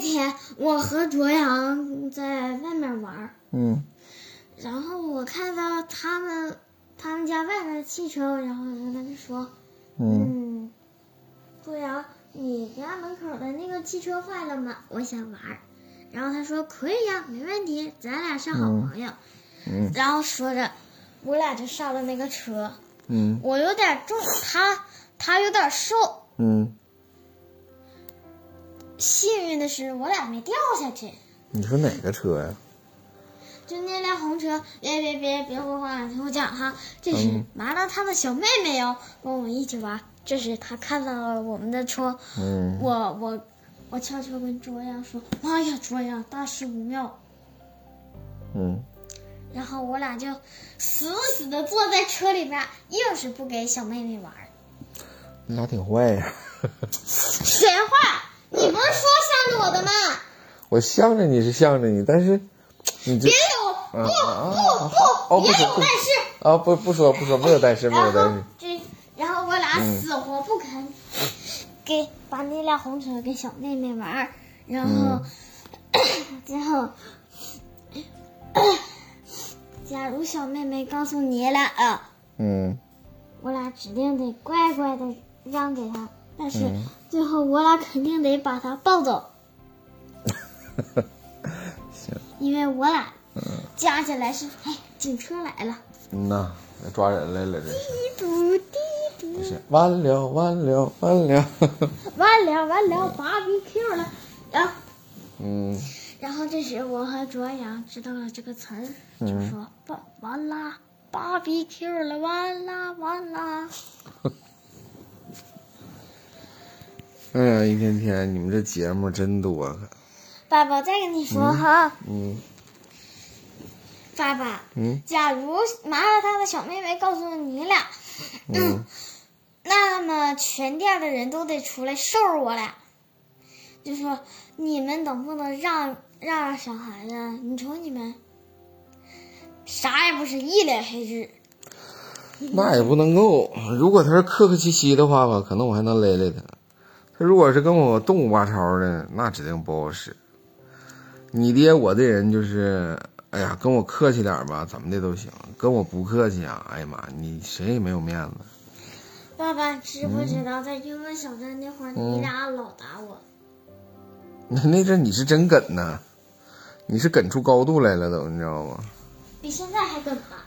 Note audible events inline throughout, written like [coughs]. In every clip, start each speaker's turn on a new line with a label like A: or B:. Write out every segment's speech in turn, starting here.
A: 天我和卓阳在外面玩儿，
B: 嗯
A: 然后我看到他们他们家外面的汽车，然后我就跟他说，
B: 嗯，
A: 嗯，卓阳，你家门口的那个汽车坏了吗？我想玩儿。然后他说可以呀、没问题，咱俩是好
B: 嗯
A: 朋友。
B: 嗯
A: 然后说着，我俩就上了那个车。
B: 嗯
A: 我有点重，他他有点瘦。
B: 嗯，
A: 幸运的是，我俩没掉下去。
B: 你说哪个车呀？
A: 就那辆红车，别别别别说话，听我讲哈。这是
B: 嗯
A: 麻辣烫的小妹妹哟、跟我们一起玩。这时她看到了我们的车，
B: 嗯
A: 我我我悄悄跟卓阳说：“妈呀，卓阳，大事不妙！”
B: 嗯
A: 然后我俩就死死的坐在车里边，硬是不给小妹妹玩。
B: 你俩挺坏呀、
A: 谁话？你不是说向着我的吗？
B: 我向着你是向着你，但是你这
A: 别有不
B: 啊啊
A: 不
B: 啊啊
A: 不，
B: 哦不
A: 别
B: 行
A: 有
B: 不
A: 但
B: 行
A: 是。
B: 啊不不说不说没有但是没有但
A: 然后
B: 是，
A: 这，然后我俩死活不肯给把那辆红车给小妹妹玩儿，然后、 [coughs] 之后，假如小妹妹告诉你俩了，呃
B: 嗯
A: 我俩指定得乖乖的让给她，但是最后我俩肯定得把她抱走，
B: 行
A: 因为我俩加起来是哎，警车来了，
B: 嗯呐，抓人来了这是，
A: 滴嘟滴嘟。
B: 不是完了完了完了，
A: 完了完了，barbecue 了。然后，
B: 嗯
A: 然后这时我和卓阳知道了这个词儿，
B: 嗯
A: 就说完完啦，barbecue 了，完啦完啦。
B: 哎呀一天天你们这节目真多了，
A: 爸爸再跟你说哈，
B: 嗯
A: 爸爸，
B: 嗯
A: 假如麻辣烫的小妹妹告诉你俩，
B: 嗯
A: 那么全店的人都得出来收拾我俩，就说你们能不能让让小孩子？你瞅你们，啥也不是，一脸黑痣。
B: 那也不能够，如果他是客客气气的话吧，可能我还能勒勒他，他如果是跟我动物八超的，那指定不好使。你爹我这人就是，哎呀，跟我客气点儿吧，怎么的都行。跟我不客气啊，哎呀妈，你谁也没有面子。 [laughs]
A: 爸爸，知不知道在英文小站那会儿，你俩老打我？
B: 那那阵你是真梗呐，你是梗出高度来了都，你知道吗？
A: 比现在还梗吧？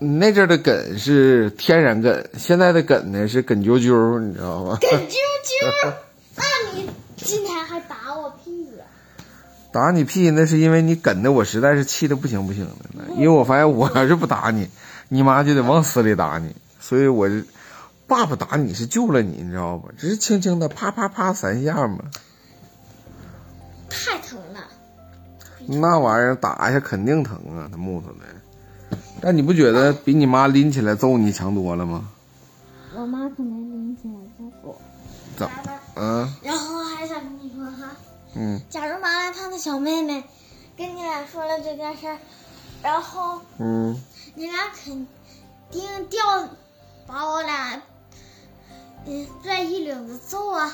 B: 你那阵儿的梗是天然梗，现在的梗呢是梗啾啾，你知道吗？
A: 梗啾啾！那你今天还打我屁股？
B: 打你屁那是因为你梗的我实在是气的不行不行的了，因为我发现我要是不打你，你妈就得往死里打你，所以我就爸爸打你是救了你，你知道吧？只是轻轻的啪啪啪三下嘛，
A: 太疼了！
B: 那玩意儿打一下肯定疼啊，那木头的。但你不觉得比你妈拎起来揍你强多了吗？
A: 我妈可能拎起来揍我。
B: 怎么？
A: 爸爸，
B: 嗯
A: 然后还想跟你说哈，
B: 嗯
A: 假如麻辣烫的小妹妹跟你俩说了这件事儿，然后
B: 嗯，
A: 你俩肯定掉，把我俩，嗯，拽一领子揍啊！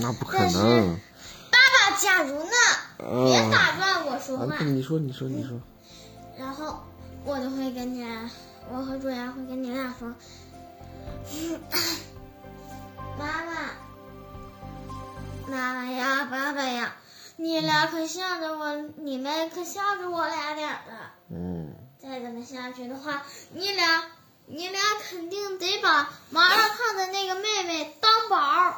B: 那不可
A: 但是
B: 能。啊
A: 爸爸，假如呢？别
B: 嗯，
A: 打断我说话
B: 啊。你说你说你说，
A: 然后我就会跟你俩，我和卓阳会跟你俩说， [coughs] 嗯妈妈，妈妈呀，爸爸呀，你俩可吓着我，你们可吓着我俩点儿了。
B: 嗯，
A: 再这么下去的话，你俩，你俩肯定得把麻辣烫的那个妹妹当宝儿。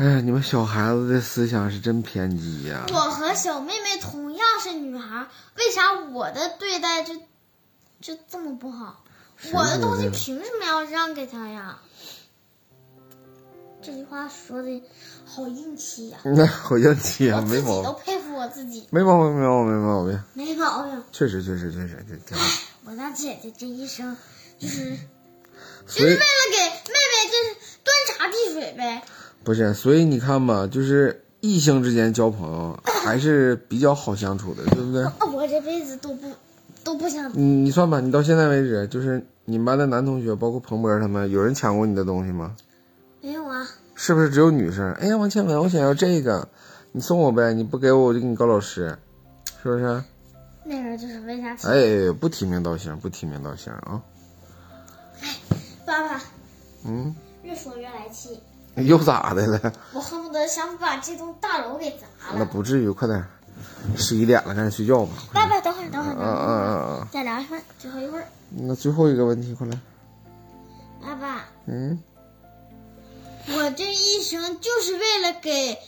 B: 哎呀，你们小孩子的思想是真偏激呀、
A: 我和小妹妹同样是女孩，为啥我的对待就就这么不好？
B: 谁
A: 我的东西
B: 说的
A: 凭什么要让给她呀？这句话说的好硬气呀、
B: 那好像气
A: 我
B: 啊，
A: 自
B: 没
A: 己
B: 毛
A: 都
B: 病，
A: 佩服我自己，
B: 没毛病，没毛病，没毛病，
A: 没毛病。
B: 确实，确实，确实，这挺好。
A: 我大姐姐这一生
B: [laughs]
A: 就是就
B: 所
A: 是为
B: 以
A: 了给妹妹就是端茶递水呗。
B: 不是，所以你看吧，就是异性之间交朋友还是比较好相处的，对不对？
A: 啊我这辈子都不都不想
B: 你你算吧，你到现在为止，就是你们班的男同学，包括彭博他们，有人抢过你的东西吗？
A: 没有啊，
B: 是不是只有女生？哎呀，王倩文，我想要这个，你送我呗，你不给我我就给你告老师，是不是？
A: 那个就是为啥气？
B: 哎，不提名道姓，不提名道姓啊，
A: 爸爸
B: 嗯，
A: 越说越来气，
B: 又咋的了？
A: 我恨不得想把这栋大楼给砸
B: 那
A: 了。
B: 不至于，快点儿，十一点了，赶紧睡觉吧。快
A: 爸
B: 点
A: 爸，等会儿，等会儿，
B: 啊啊
A: 等会
B: 啊
A: 儿，
B: 啊！啊
A: 再聊一会儿，最后一会儿。
B: 那最后一个问题，快来，
A: 爸爸，
B: 嗯，
A: 我这一生就是为了给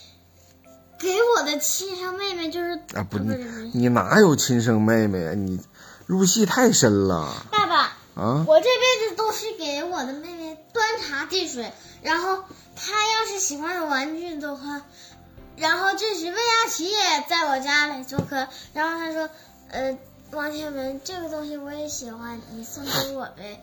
A: 给我的亲生妹妹，就是
B: 啊不，
A: 啊
B: 你
A: 是不是
B: 你哪有亲生妹妹啊？你入戏太深了
A: 爸爸，
B: 啊！
A: 我这辈子都是给我的妹妹端茶递水，然后她要是喜欢玩具的话，然后这时魏佳琪也在我家来做客，然后她说，呃，王天文这个东西我也喜欢，你送给我呗。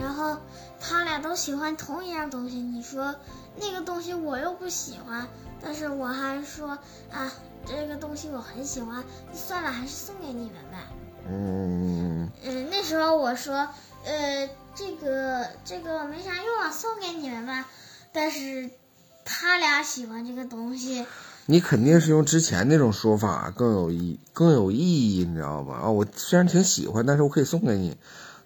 A: 然后他俩都喜欢同一样东西，你说那个东西我又不喜欢，但是我还说啊，这个东西我很喜欢，算了，还是送给你们吧。
B: 嗯，
A: 嗯，那时候我说，呃，这个这个没啥用啊，送给你们吧。但是他俩喜欢这个东西，
B: 你肯定是用之前那种说法更有意更有意义，你知道吧？啊，我虽然挺喜欢，但是我可以送给你，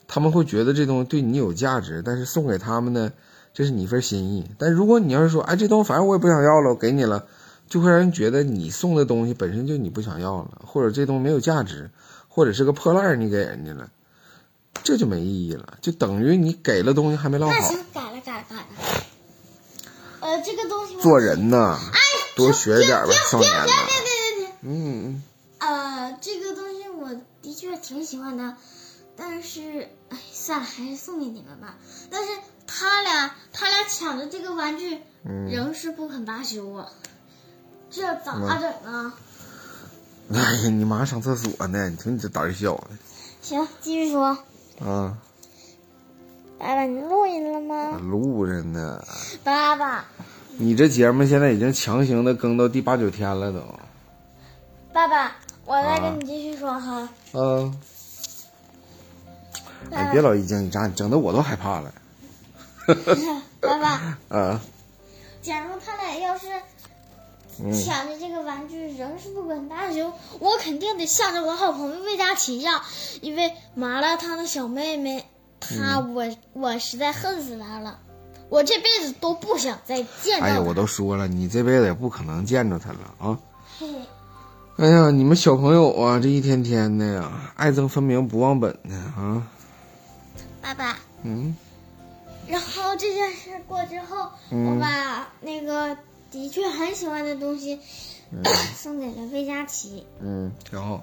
B: 他们会觉得这东西对你有价值，但是送给他们呢，这是你一份心意。但如果你要是说，哎，这东西反正我也不想要了，我给你了，就会让人觉得你送的东西本身就你不想要了，或者这东西没有价值，或者是个破烂儿你给人家了，这就没意义了，就等于你给了东西还没落
A: 那
B: 好
A: 行。，改了改了改了。呃，这个东西我
B: 做，人呐，多学点儿吧
A: 停，
B: 少年
A: 停停
B: 呐。
A: 停停停停。
B: 嗯。嗯
A: 呃，这个东西我的确挺喜欢的，但是哎，算了，还是送给你们吧。但是他俩他俩抢着这个玩具，
B: 嗯
A: 仍是不肯罢休啊，这咋整啊？
B: 哎呀， [laughs] 你妈上厕所呢，你瞅你这胆儿小
A: 行，继续说。
B: 的啊，
A: 爸爸，你录音了吗？
B: 录着呢。
A: 爸爸，
B: 你这节目现在已经强行的更到第八九天了都。
A: 爸爸，我再
B: 啊
A: 跟你继续说哈。
B: 啊，哎，别老一惊一乍，整的我都害怕了。
A: 爸爸，
B: 啊，
A: 假如他俩要是
B: 嗯，
A: 抢着这个玩具仍是不肯罢休，我肯定得向着我好朋友魏佳琪要，因为麻辣烫的小妹妹，她、
B: 嗯
A: 我我实在恨死她了，我这辈子都不想再见到
B: 哎
A: 她。
B: 呀，我都说了，你这辈子也不可能见着他了啊。
A: 嘿嘿
B: 哎呀，你们小朋友啊，这一天天的呀，爱憎分明不忘本呢啊。
A: 爸爸，
B: 嗯，
A: 然后这件事过之后，
B: 嗯
A: 我把那个的确很喜欢的东西、 [coughs] 送给了魏佳琪，
B: 嗯，挺好。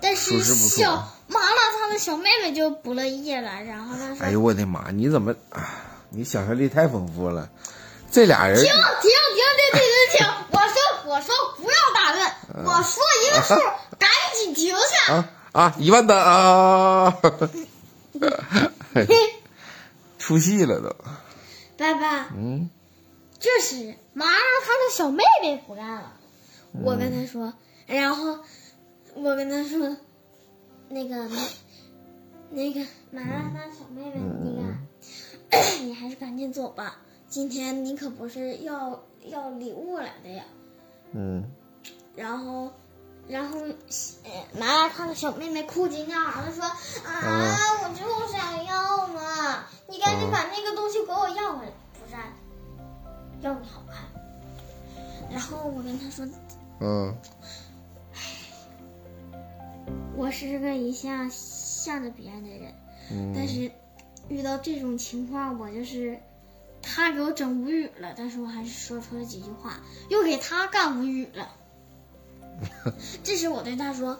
A: 但是
B: 属实不错
A: 小麻辣烫的小妹妹就不乐意了，然后她说：“
B: 哎呦我的妈，你怎么，啊你想象力太丰富了。这俩人
A: 停停停停停停！停！我说我说不要打断，我说一个数，赶紧停下。
B: 啊啊，一万单啊！ [laughs] 出戏了都，
A: 爸爸，
B: 嗯，
A: 这时麻辣烫的小妹妹不干了，我跟她说，然后我跟她说，那个那个麻辣烫小妹妹，那个你还是赶紧走吧，今天你可不是要要礼物来的呀。
B: 嗯，
A: 然后，然后，呃麻辣烫的小妹妹哭唧尿嚎的说：“啊，我就想要嘛！你赶紧把那个东西给我要回来，不然要你好看。”然后我跟她说
B: 嗯，：“
A: 我是个一向向着别人的人，但是遇到这种情况，我就是他给我整无语了，但是我还是说出了几句话，又给他干无语
B: [laughs]
A: 了。这时我对他说：“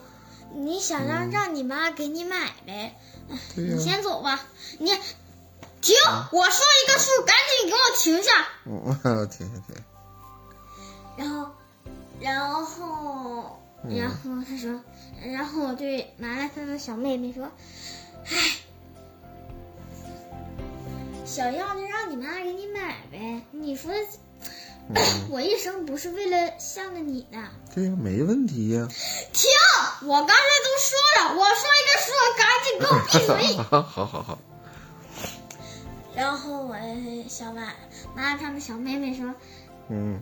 A: 你想让让你妈给你买呗，
B: 嗯对
A: 你
B: 呀、啊
A: 先走吧。你停，我说一个数，赶紧给我停下。
B: 嗯， [laughs] 停停停，”
A: 然后，然后，然后他说，然后我对麻辣烫的小妹妹说：“唉，想要就让你妈给你买呗。你说， [clears throat] 我一生不是为了向着你的。
B: 对呀、没问题呀、
A: 停，我刚
B: [laughs] 啊
A: 才都说了，我说一个数，赶紧给我闭嘴。
B: 好好好，
A: [laughs] 然然后我的小妈妈他们小妹妹说，
B: 嗯，